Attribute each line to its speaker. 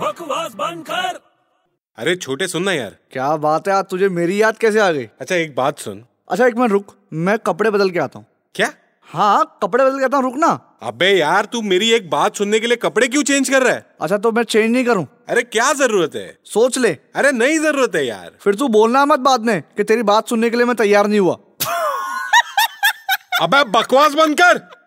Speaker 1: बकवास बंद कर
Speaker 2: अरे छोटे सुन ना यार
Speaker 3: क्या बात है आज तुझे मेरी याद कैसे आ गई
Speaker 2: अच्छा एक बात सुन
Speaker 3: अच्छा एक मिनट रुक मैं कपड़े बदल के आता हूँ
Speaker 2: क्या
Speaker 3: हाँ कपड़े बदल के आता हूँ रुक ना
Speaker 2: अबे यार तू मेरी एक बात सुनने के लिए कपड़े क्यों चेंज कर रहा है
Speaker 3: अच्छा तो मैं चेंज नहीं करूँ
Speaker 2: अरे क्या जरूरत है
Speaker 3: सोच ले
Speaker 2: अरे नहीं जरूरत है यार
Speaker 3: फिर तू बोलना मत बाद में कि तेरी बात सुनने के लिए मैं तैयार नहीं हुआ
Speaker 2: अबे बकवास बंद कर